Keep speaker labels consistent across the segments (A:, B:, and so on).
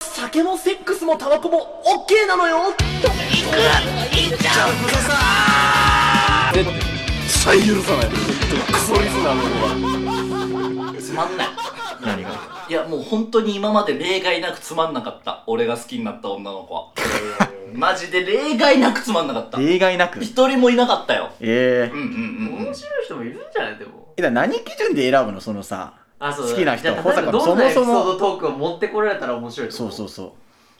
A: 酒もセックスもタバコも OK なのよ行く行っちゃうくださ
B: 絶対許さないクソリスナーの方が
A: いつまんない
B: 何が
A: いやもう本当に今まで例外なくつまんなかった俺が好きになった女の子はマジで例外なくつまんなかった
B: 例外なく
A: 一人もいなかったよ
B: ええ
A: うんうんうんうん
C: 面白い人もいるんじゃないでも
B: えだから何基準で選ぶのそのさ
C: あそう
B: 好きな人
C: じゃあ例えばどんなエ
B: 保坂
C: ピソ
B: のそもそも
C: ードトークを持ってこられたら面白いと
B: そ
C: 思
B: うそううそ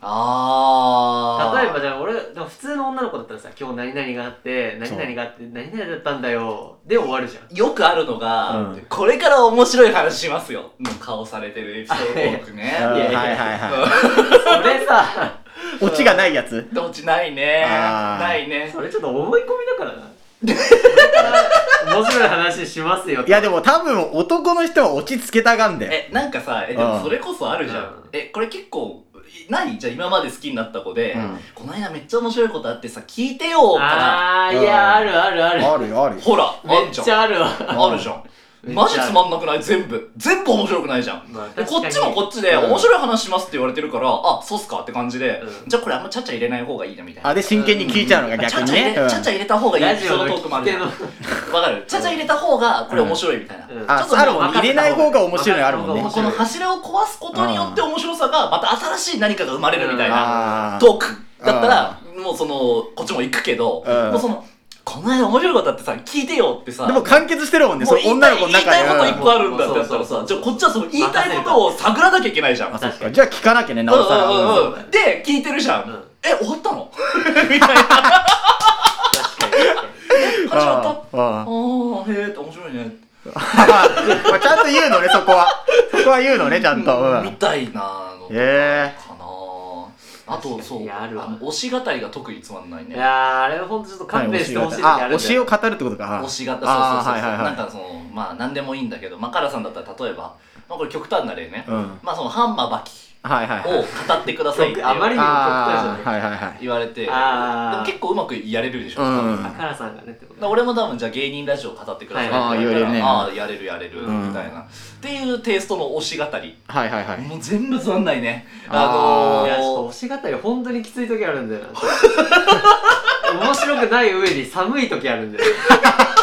A: ああ
C: 例えばじゃあ俺でも普通の女の子だったらさ今日何々があって何々があって何々だったんだよで終わるじゃん
A: よくあるのが、
B: うん
A: これから面白い話しますよの顔されてるエピソード多くね
B: ううんはい
C: や
B: はい
C: いや
B: は
C: それさ
B: いオチがないやつ
A: どっちないね
B: あー
A: ないね
C: それちょっと思い込みだからな面白い話しますよ
B: いやで
C: も
B: も多分男の人はオチつけたがんだよ
A: えなんかさえで
B: う
A: も
B: ん
A: それこそあるじゃん、
C: うん
A: えこれ結構いないじゃあ今まで好きになった子で、
B: うん
A: この間めっちゃ面白いことあってさ聞いてよかな
C: あー
B: うん
C: いやあるあるある
B: あるよあるよ
A: ほらあ
C: め
A: ん
C: っ
A: じゃ
C: ち
A: ん
C: ゃあるわ
B: ゃ
A: あるじゃんマジつまんなくない全部全部面白くないじゃん
C: まあ
A: で
C: 確
A: こ
C: かに
A: っちもこっちで、
B: うん
A: 面白い話しますって言われてるから、あ、そうっすかって感じで、
C: うん
A: じゃあこれあんまちゃっちゃ入れない方がいいなみたいな。
B: あで真剣に聞いちゃうのが逆にね
A: ちゃっちゃ入れちゃっちゃ入れた方がいい
C: ラ
A: エピ
C: ジ
A: ソー
C: オ
A: ド
C: の
A: トークもあ
C: 聞き
A: るじ
C: 手
A: ゃ
C: の
A: んわかるちゃっちゃ入れた方がこれ面白いみたいな、
C: うん
B: あ
A: ちょっと
B: あるも
C: わ
B: ん
C: か
B: 入
C: って
B: れ
C: た
B: な
C: 方
B: い
C: が
B: 方が面白いのあるもんね
C: 面
A: こ
C: 白い
A: の柱を壊すことによって面白さがまた新しい何かが生まれるみたいな
B: あー
A: トークだったらもうそのこっちも行くけど、
B: うん
A: もうそのこの間面白いことあってさ聞いてよってさ
B: でも完結してるもんね
A: も
B: そうの
A: 言い
B: 女
A: た
B: の
A: い
B: 子の
A: 言い
B: 中
A: たいこと
B: で
A: 一
B: うん
A: 個あるんだってやったらさじ
C: そうそ
A: ゃあ
C: うそう
A: こっちはその言いたいことを探らなきゃいけないじゃん
B: あそっかじゃあ聞かなきゃねなおさら
A: うんうんうん
B: う
A: うんんで聞いてるじゃん、
C: うん
A: え終わったのみ たいな始まったあ
C: 確かに
B: あ
A: あ
B: あ
A: ーへえって面白いね
B: まあちゃんと言うのねそこはそこは言うのねちゃんとう
A: み
B: ん
A: たいなのとかかな、
B: へ
A: あとそう
C: いやあるわ
A: の推し語りが特につまんない
C: い
A: ね
C: やーあれはほんとちょっと勘弁してほしい時
B: あ
C: ある
B: 推
C: んだ
B: し
C: よ
B: を語るってことか
A: 推し語りそうそうそうそう、
B: あーはいはいはい
A: なんかそのまあ何でもいいんだけどマカラさんだったら例えば、まあ、これ極端な例ね、
B: うん
A: まあそのハンマーバキ
B: はいはい
A: を
B: はい
A: 語ってくださいって
C: あまりにも極端じ
B: あ
C: ゃない
B: あはいはいはい
A: 言われてでも
C: あー
A: 結構うまくやれるでしょ、
B: うん
C: あからさんがねってこと
A: 俺も多分じゃあ芸人ラジオ語ってくださいって
C: はい
A: 言われたら、あ
B: あ
A: あやれるやれる
B: うん
A: みたいな、っていうテイストの推し語り
B: はいはいはい
A: もう全部つまんないね
B: あー
C: いやちょ
A: の
C: っと推し語り本当にきつい時あるんだよ な面白くない上に寒い時あるんだよ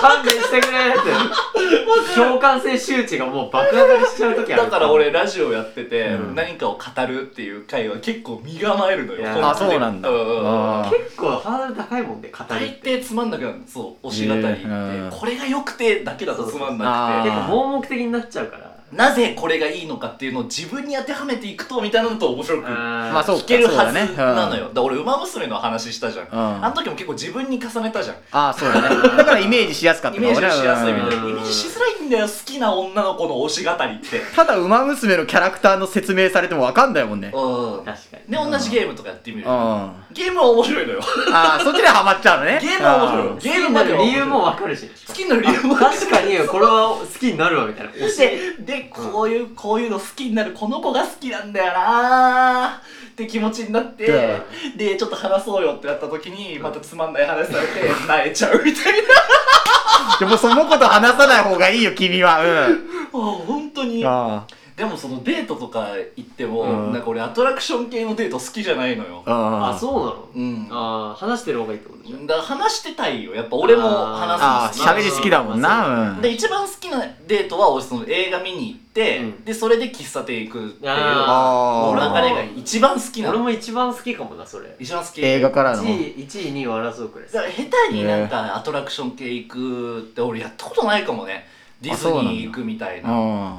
C: 勘弁してくれって 共感性周知がもう爆上がりしちゃう時ある
A: だから俺ラジオやってて、
B: うん
A: 何かを語るっていう回は結構身構えるの
C: い
A: よ
C: や
A: 本当に
B: あそうなんだ
A: うんうんうん
B: あー
C: 結構ハードル高いもんで語りっ
A: 大
C: て
A: 抵つまんなくなるのそう推し語りって、
B: えーうん
A: これが良くてだけだとつまんな
B: あ
A: くて
C: 結
B: ー
C: 構盲目的になっちゃうから
A: なぜこれがいいのかっていうのを自分に当てはめていくとみたいなのと面白く
B: まあそうか
A: 聞けるはず
B: そう
A: な
B: だ
A: の
B: ね
A: よ、だから俺「ウマ娘」の話したじゃん、
B: うん
A: あの時も結構自分に重ねたじゃん
B: ああそうだねだからイメージしやすかった
A: イ
B: の
A: メー
B: か
A: ジ
B: もね
A: しやすいみたいな、
C: う
A: イ
C: ん
A: メージしづらいんだよ好きな女の子の推し語りって
B: ただ「ウマ娘」のキャラクターの説明されてもわかんないもんね
A: うん
C: 確かに
A: で同じゲームとかやってみる
B: うんあ
A: ゲームは面白いのよ
B: あそっちでハマっちゃうのね
A: ゲームは面白いのゲ
C: 好き
A: ー
C: に
A: ム
C: な
A: だけ
C: る
A: は
C: 理由もわかるし
A: 好きになる理由も
C: 確かにこれは好きになるわみたいな推し
A: ででこういうこういうの好きになるこの子が好きなんだよなーって気持ちになって
B: う
A: でちょっと話そうよってなった時にまたつまんない話されて泣いちゃうみたいな
B: あでもそのこと話さない方がいいよ君はうん
A: あ本当に
B: あ
A: でもそのデートとか行っても、
B: うん
A: なんか俺アトラクション系のデート好きじゃないのよ
B: あ、あ
C: あ
B: あ
C: そうなの
A: うん
C: ああ話してる方がいいってことじゃん
A: だから話してたいよやっぱ俺も
B: あ
A: 話
B: あ
A: すの好
B: 喋
A: き
B: り好きだもんなうん
A: で一番好きなデートは俺その映画見に行って、
C: うん
A: でそれで喫茶店行くっていう
C: あ
B: あ
A: 俺
C: 俺
A: の
C: も
A: 中
B: あ
A: でが一番好きな
C: 俺
A: の
C: も一番好きかもなそれ
A: 一番好き
B: 映画からの
C: 1位1位2位を争うくらい
A: だから下手になんかアトラクション系行くって俺やったことないかもねディズニー行くみたいな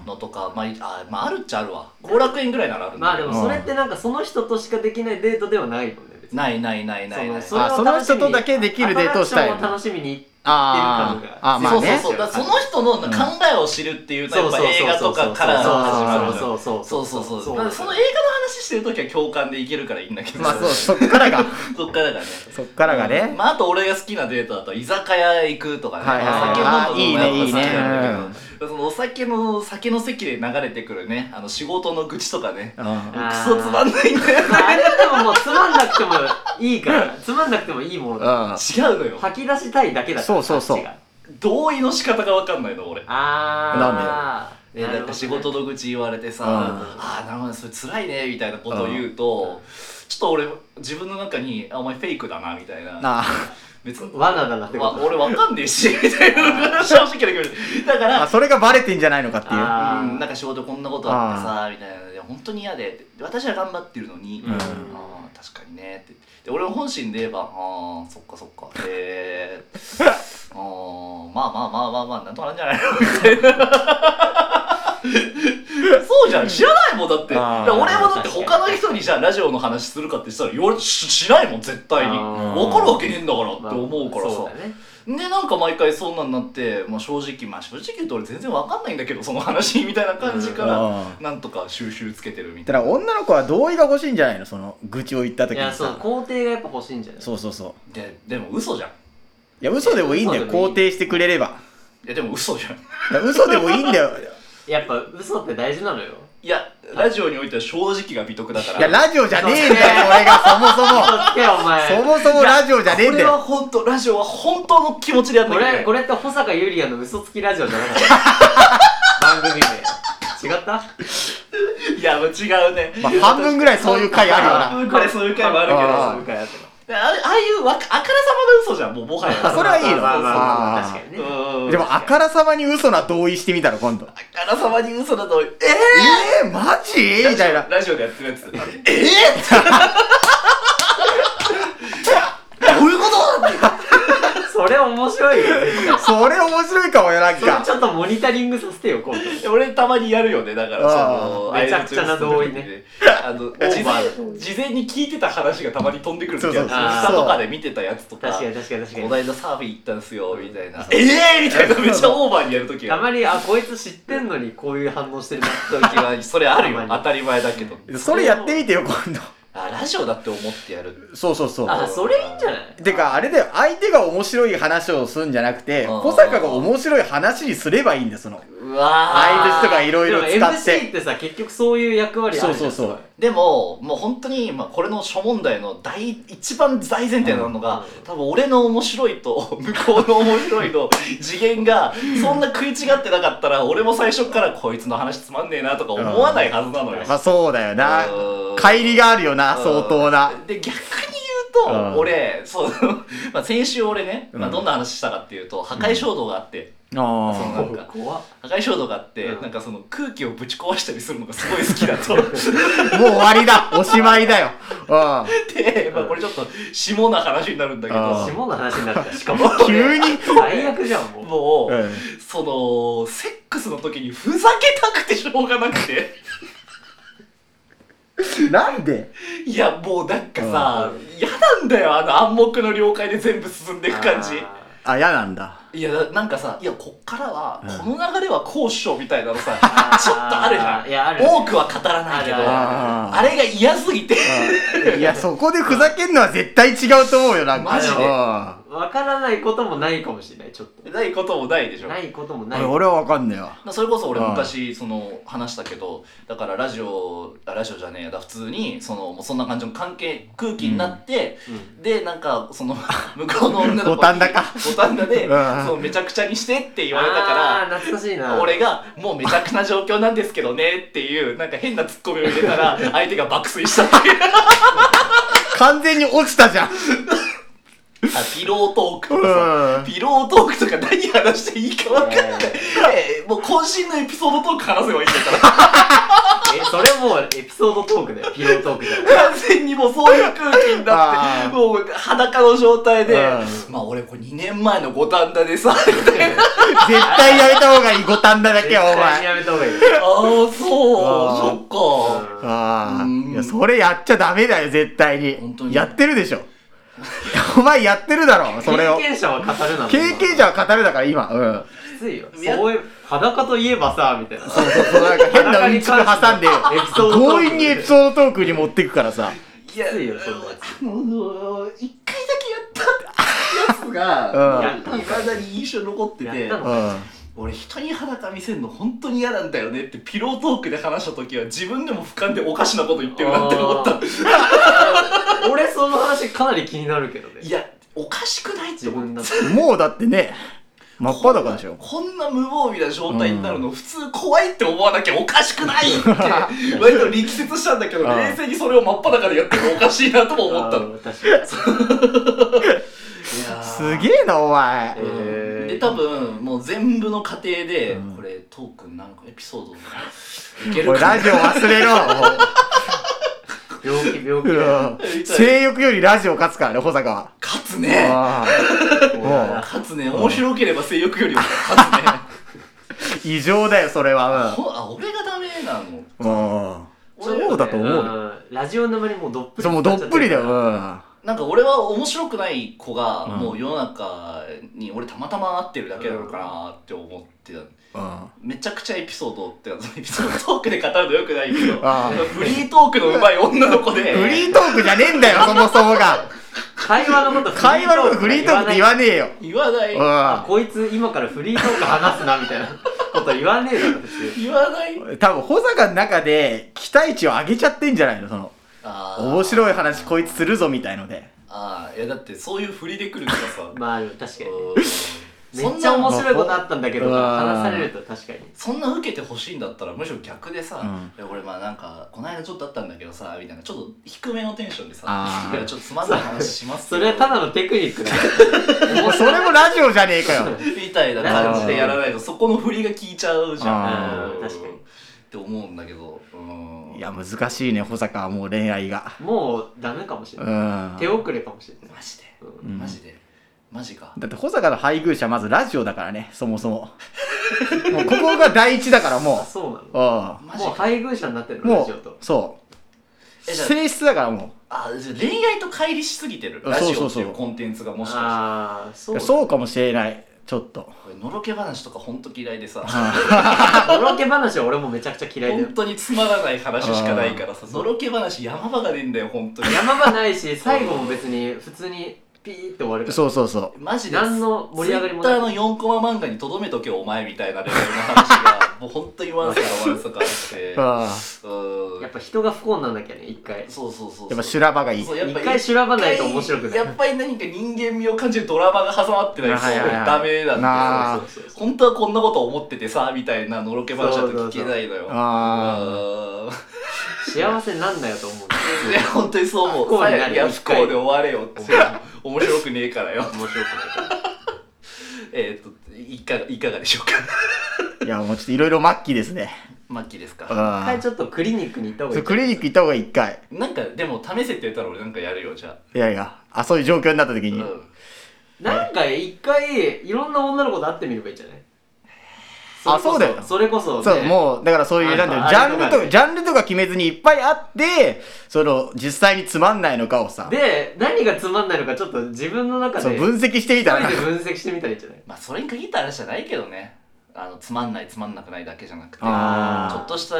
B: う
A: のとかまああまああるっちゃあるわ後楽園ぐらいならあるん
C: ま
A: だ
C: あ
A: け
C: で
A: ど
C: もそれってなんかその人としかできないデートではないもんね別に
A: ないないないないない
C: そ
B: ん
C: れ
B: あ
C: は
B: その
C: 楽しみ
B: 人とだけできるデートをしたい
C: アトラクションを楽しみに
B: あ
C: っていう感
B: ああま
A: そ
B: あ
A: うそう
B: ね
A: そうだからその人の考えを知るっていうのはやっぱ映画とかから始まるじゃん
C: そうそう
A: そうそうそうだからその映画の話してる時は共感でいけるからいいんだけど
B: まあそうそっからが
A: そっからだね
B: そっからがね
A: まああと俺が好きなデートだと居酒屋行くとかね、
B: はいはいはい
A: お酒飲むのもやっぱ好きなんだ
B: あ
A: けど、そのお酒の酒の席で流れてくるねあの仕事の愚痴とかね
B: うん
A: クソつまん
C: ない
A: ないんだよ
C: あれでももうつまんなくてもいいからつまんなくてもいいものだ
B: うん
A: 違うのよ
C: 吐き出したいだけだから
B: そうそうそう
C: あっちが
A: 同意の仕方が分かんないの俺
C: あー
B: なん
A: で
C: なるほどね
A: なんか仕事の愚痴言われてさ、
B: うん
A: ああなるほどねそれ辛いねみたいなことを言うと、ちょっと俺自分の中にあお前フェイクだなみたいな
B: なあ
A: 別に、
C: 罠だなって
A: ま、
C: こと
A: 俺わかんねえしみたいな正直な気持ちだから
B: あそれがバレてんじゃないのかっていう
C: あー
A: うん、なんか仕事こんなことあってさみたいなので本当に嫌でって私は頑張ってるのに、
C: うん
A: あー確かにねってで俺も本心で言えばあーそっかそっかへえ あーまあまあまあまあまあなんとかなんじゃないのみたいなそうじゃん知らないもんだってだ
B: あー
A: から俺もだって他の人にじゃあラジオの話するかってしたらよししないもん絶対に
C: あー
A: 分かるわけねえんだからって
C: まあ
A: 思うからさ、
C: そうだね
A: でなんか毎回そんなんなって、まあ、正直まあ正直言うと俺全然わかんないんだけどその話 みたいな感じから、
B: うん
A: なんとか収集つけてるみた
B: だ
A: い
B: か
A: な
B: ら女の子は同意が欲しいんじゃないのその愚痴を言った
C: い
B: 時に
C: やそう
B: さ
C: 肯定がやっぱ欲しいんじゃない
B: そうそうそう
A: ででも嘘じゃん
B: いや嘘でもいいんだよ
C: 嘘でもいい
B: 肯定してくれれば
A: いやでも嘘じゃん
B: だから嘘でもいいん だよ
C: やっぱ嘘って大事なのよ
A: いやラジオにおいては正直が美徳だから
B: いやラジオじゃねえんだよこれがそも そも
C: 嘘つけよお前
B: そもそもラジオじゃねえんだ
A: これは
B: よ
A: 本当ラジオは本当の気持ちでやんな
C: こ
A: きゃいけな
C: れ
A: い
C: これって保坂ゆりやの嘘つきラジオじゃなかった 番組名違った
A: いやもう違うね、
B: まあ半分ぐらいそういう回あるよな
A: 半分ぐらいそういう回もあるけど
B: あ
A: あ
B: ー
C: 回あった
A: れああいうわかあからさまの嘘じゃんもうもはや
B: あそれはいいの
C: まあまあまあ
B: あー
C: 確かにね
A: うん
B: でもあからさまに嘘な同意してみたら今度
A: あからさまに嘘だとえ
B: えー、マジ
A: え
B: みたいな
A: ラジオでやってるやつ
B: どういうこと
C: それ面白いよね
B: それ面白いかもよなん
C: それ
B: か
C: ちょっとモニタリングさせてよ今度
A: 俺たまにやるよねだから
B: ああ
A: その
C: めちゃくちゃな同意ね
A: 相槌打 つ時にあの
C: ー
A: 事
C: バ
A: 前事前に聞いてた話がたまに飛んでくる時
B: そ
A: あ
B: うそう
A: る
C: そう
A: 下とかで見てたやつとか
C: 確かに確かに確
A: こ
C: か
A: の間サーフィン行ったんすよみたいなええーみたいなめっちゃオーバーにやる時
C: に
A: が
C: た
A: ある
C: まにあこいつ知ってんのにこういう反応してるなっ
A: 時
C: て
A: はそれあるよ
C: たまに
A: 当たり前だけど
B: それやってみてよ今
A: あラジオだって思ってやる
B: 度そうそうそう
C: あそれいいんじゃない
B: てかあれだよ相手が面白い話をするんじゃなくて
A: うん
B: 小坂が面白い話にすればいいんだよその
A: うわ
B: 相槌とか
A: い
B: いろいろ
C: でも
B: 使っ
C: MC っててさ結局そういう役割あ
B: そ
C: る
B: うそうそう
A: でももう本当にまあこれの諸問題の大一番大前提なのが、
C: うん
A: 多分俺の面白いと向こうの面白いの次元がそんな食い違ってなかったら俺も最初からこいつの話つまんねえなとか思わないはずなのよ。
B: まあそうだよな
A: うん
B: 乖離があるよな
A: うん
B: 相当な
A: で逆に言う
B: うん
A: と俺そう、まあ、先週俺ね、まあ、
B: うん
A: どんな話したかっていうと破壊衝動があって、その
B: あ
A: なんか
C: 怖っ
A: 破壊衝動があって、
C: うん
A: なんかその空気をぶち壊したりするのがすごい好きだ と。
B: あもう終わりだおしまいだよう
A: で、まあ、これちょっと下な話になるんだけ
B: あ
A: ど
B: ー
C: 下の話になったし かも
B: ん急に
C: 最悪じゃん もう
A: もう、
B: うん
A: そのセックスの時にふざけたくてしょうがなくて
B: なんで
A: いやもうなんかさ嫌なんだよあの暗黙の了解で全部進んでいく感じ
C: あ
B: あ嫌なんだ
A: いやなんかさいやこっからは、
B: うん
A: この流れはこうしようみたいなのさ
C: ー
A: ちょっとあるじゃん
C: いやある
A: 多くは語らないけど
C: あるあ
A: あ
B: あー
A: れが嫌すぎて
B: いや、そこでふざけんのは絶対違うと思うよ、なんか。
A: マジで
B: で
C: わからないこともないかもしれないちょっ と
A: ないこともないでしょ
C: ないこともないうん
B: 俺はわかんねえわ。
A: それこそ俺
B: うん
A: 昔その話したけどだからラジオあラジオじゃねえやだ普通にそのもうそんな感じの関係空気になって、でなんかその 向こうの女の子に
B: 五反田か
A: 五反田で、
B: うん
A: そうめちゃくちゃにしてって言われた
C: あ
A: か
C: ー懐かしい
A: ら
C: な
A: 俺がもうめちゃくちゃな状況なんですけどねっていうなんか変なツッコミを入れたら相手が爆睡したっていう
B: 完全に落ちたじゃん。
A: あピロートークとか
B: う
A: さ
B: ん
A: ピロートークとか何話していいか分かんない、えーもう渾身のエピソードトーク話せばいいんだから
C: え それもうエピソードトークだよピロートークじゃない
A: 完全にもうそういう空気になっ
B: あ
A: て
B: ー
A: もう裸の状態で、
B: う
A: まあ俺これ2年前の五反田でさ
B: 絶対やめた方がい い、五反田だけは、お
C: 絶対に
B: 前。
C: やめた方がいい
A: ああそう
B: あー
A: そっか
C: うん
B: ああ
A: うん
B: いや、それやっちゃダメだよ、絶対に。
A: 本当に
B: やってるでしょ。 お前やってるだろ、それを
C: 経。験者は語るな
B: 経験者は語るだから、今。うん。
C: きついよ
A: いや
C: そういう裸といえばさみたいな
B: そうそうそう、なんか変なうんちく挟んで、
C: エピソードトーク
B: 強引にエピソードトークに持ってくからさ。
A: いや
C: きついよそんなや
A: もう一回だけやったやつが
B: うん
A: やっぱり体に印象に残って
C: や
A: て
C: ったの
B: うん。
A: 俺人に裸見せるの本当に嫌なんだよねってピロートークで話した時は自分でも俯瞰でおかしなこと言ってるなって思った
C: つ 俺その話かなり気になるけどね
A: いやおかしくないって
C: 自
A: 思っ
C: 分
A: た
C: だって
B: もうだってね、真っ裸でしょ
A: こんな無防備な状態になるの、普通怖いって思わなきゃおかしくないって、 割と力説したんだけど、
B: うん
A: 冷静にそれを真っ裸でやってもおかしいなとも思ったの。い
C: あー確かに
A: やー
B: すげえなお前
C: えー
A: で多分もう全部の過程で、
B: うん
A: これトークンなんかエピソードいける
B: 俺
A: か
B: ラジオ忘れろ
C: 病気病気
B: う
C: だよ
B: ん性欲よりラジオ勝つからね保坂は
A: 勝つ
B: う
A: ね
B: ん
C: も
A: 勝つね面白ければ性欲よりも勝つね
B: 異常だよそれは
A: ほあ俺がダメなの
B: うんうん
A: 俺はね
B: そうだと
C: う
B: 思うよ
C: んラジオ沼にもうどっぷり
B: そうもうどっぷりだよ
C: う
B: うん
A: なんか俺は面白くない子が、
B: うん
A: もう世の中に俺たまたま会ってるだけなのかなって思ってた
B: うん
A: めちゃくちゃエピソードってかそのエピソードトークで語るのよくないけど
B: あー
A: フリートークの上手い女の子で
B: フリートークじゃねえんだよそもそもが
C: 会話のことフリー
B: 会
C: トーク
B: 話のことフリートークって言わねえよ
A: 言わない
C: あ
B: う
C: こいつ今からフリートーク話すなみたいなこと言わねえだろ普通
A: 言わない
B: ん多分保坂の中で期待値を上げちゃってんじゃないのその
A: あー
B: 面白い話こいつするぞみたいので
A: ああいやだってそういう振りで来るからさ
C: まあでも確かにね
A: うん
C: め
A: そ
C: っ
A: ん
C: ちゃ
A: な
C: 面白いことあったんだけど
B: うん
C: 話されると確かに
A: そんな受けてほしいんだったらむしろ逆でさ、
B: う
A: いや俺まあなんかこの間ちょっとあったんだけどさみたいなちょっと低めのテンションでさ
B: あ
A: 「
B: ー
A: いやちょっとつまんない話します
C: そ
A: けど
C: れはただのテクニックだよ
B: もうそれもラジオじゃねえかよ
A: みたいな感じでやらないとそこの振りが効いちゃうじゃ
B: あ
A: ん
C: ー確かに
A: って思うんだけどうん
B: いや難しいね保坂はもう恋愛が
C: もうダメかもしれ
B: う
C: ない
B: ん
C: 手遅れかもしれない
A: マジで
C: うん
B: うん
A: マジでマジか
B: だって保坂の配偶者まずラジオだからねそもそももうここが第一だから
C: あ
B: も
C: そうなの
B: うう
A: マジ
C: もう
A: か
C: 配偶者になってる
B: ん
C: のラ
B: も
C: ジオと
B: うそう
A: えじゃあ
B: 性質だからも
A: あじゃあ恋愛と乖離しすぎてる
B: うん
A: ラジ
B: そう
A: オって
B: そう
A: い
B: そう
A: うコンテンツがもしかして
C: ああそうう
B: そうかもしれないちょっと
A: これのろけ話とかほんと嫌いでさ
C: のろけ話は俺もめちゃくちゃ嫌いだよ
A: 本当につまらない話しかないからさのろけ話山場がねえんだよ本当に
C: 山場ないし最後も別に普通にピーって終わるから
B: そうそうそ
A: マジで
C: 何の盛り上がりも
A: ツイ
C: な
A: ッ
C: い
A: ターの4コマ漫画にとどめとけよお前みたいなレベルの話がもう本当にワンサかワンサかあって
B: う あ
A: うーん
C: やっぱ人が不幸なんだっけね一回
A: そうそうそうそう
B: やっぱ修羅場がいい
A: そうやっぱ
C: 一回修羅場ないと面白くない
A: やっぱり何か人間味を感じるドラマが挟まってないと
B: はいはいはい
A: ダメなんだよ
B: あー
C: そうそうそう
A: 本当はこんなこと思っててさみたいなのろけ話だと聞けないのよ
B: あ
A: うーん
C: 幸せになんだよと思うんだよ
A: いや本当にそう思う
C: 不幸になる
A: いや不幸で終われよって面白くねえからよ
C: 面白くない
A: えっといかがいかがでしょうか
B: あいやもうちょっといろいろ末期ですね
A: マッキーです
B: う
A: か
C: 一回
B: ん
C: ちょっとクリニックに行った方が
B: そ
C: いうい
B: クリニック行った方がいい一回
A: なんかでも試せって言ったら俺なんかやるよじゃ
B: いやいやあそういう状況になった時
A: あ、う
B: に、
A: ん、
C: なんか一回いろんな女の子と会ってみればいいんじゃない
B: あ
C: れこ
B: そうだよ
C: それこそ、ね、
B: そう、もう、だからそういう、なんていうの
C: あ
B: ジャンル
C: あれと
B: と
C: か
B: か、ジャンルとか決めずにいっぱいあって、その、実際につまんないのかをさ、
C: で何がつまんないのかちょっと自分の中
B: そ
C: で
B: う、分析してみた
C: 一
B: ら
C: 人で、分析してみたらいいんじゃない
A: まあそれに限った話じゃないけどねあのつまんないつまんなくないだけじゃなくてち
B: あ
C: ー
A: ょっとした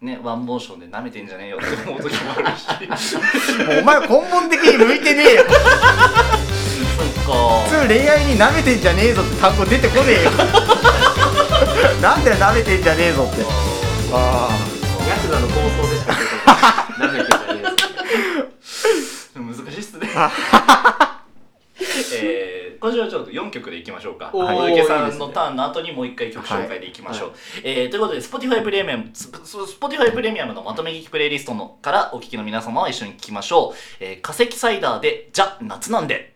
A: ねワンモーションで舐めてんじゃねえよって思う時もあるし
B: もうお前は根本的に向いてねえよ。
A: そっか
B: 普通恋愛に舐めてんじゃねえぞって単語出てこねえよ。なんで舐めてんじゃねえぞって。あ
C: ヤクザの構想でしか出てこない舐めてんじゃね
A: 難しいっすねえー、今週はちょっと4曲でいきましょうか
C: おー
A: 小池さ
C: いいで
A: ん
C: すね
A: のターンの後にもう一回曲紹介でいきましょう、えーということで Spotify プレミアムス Spotify プレミアムのまとめ聞きプレイリストのからお聴きの皆様は一緒に聴きましょう、えー化石サイダーで「じゃ夏なんで」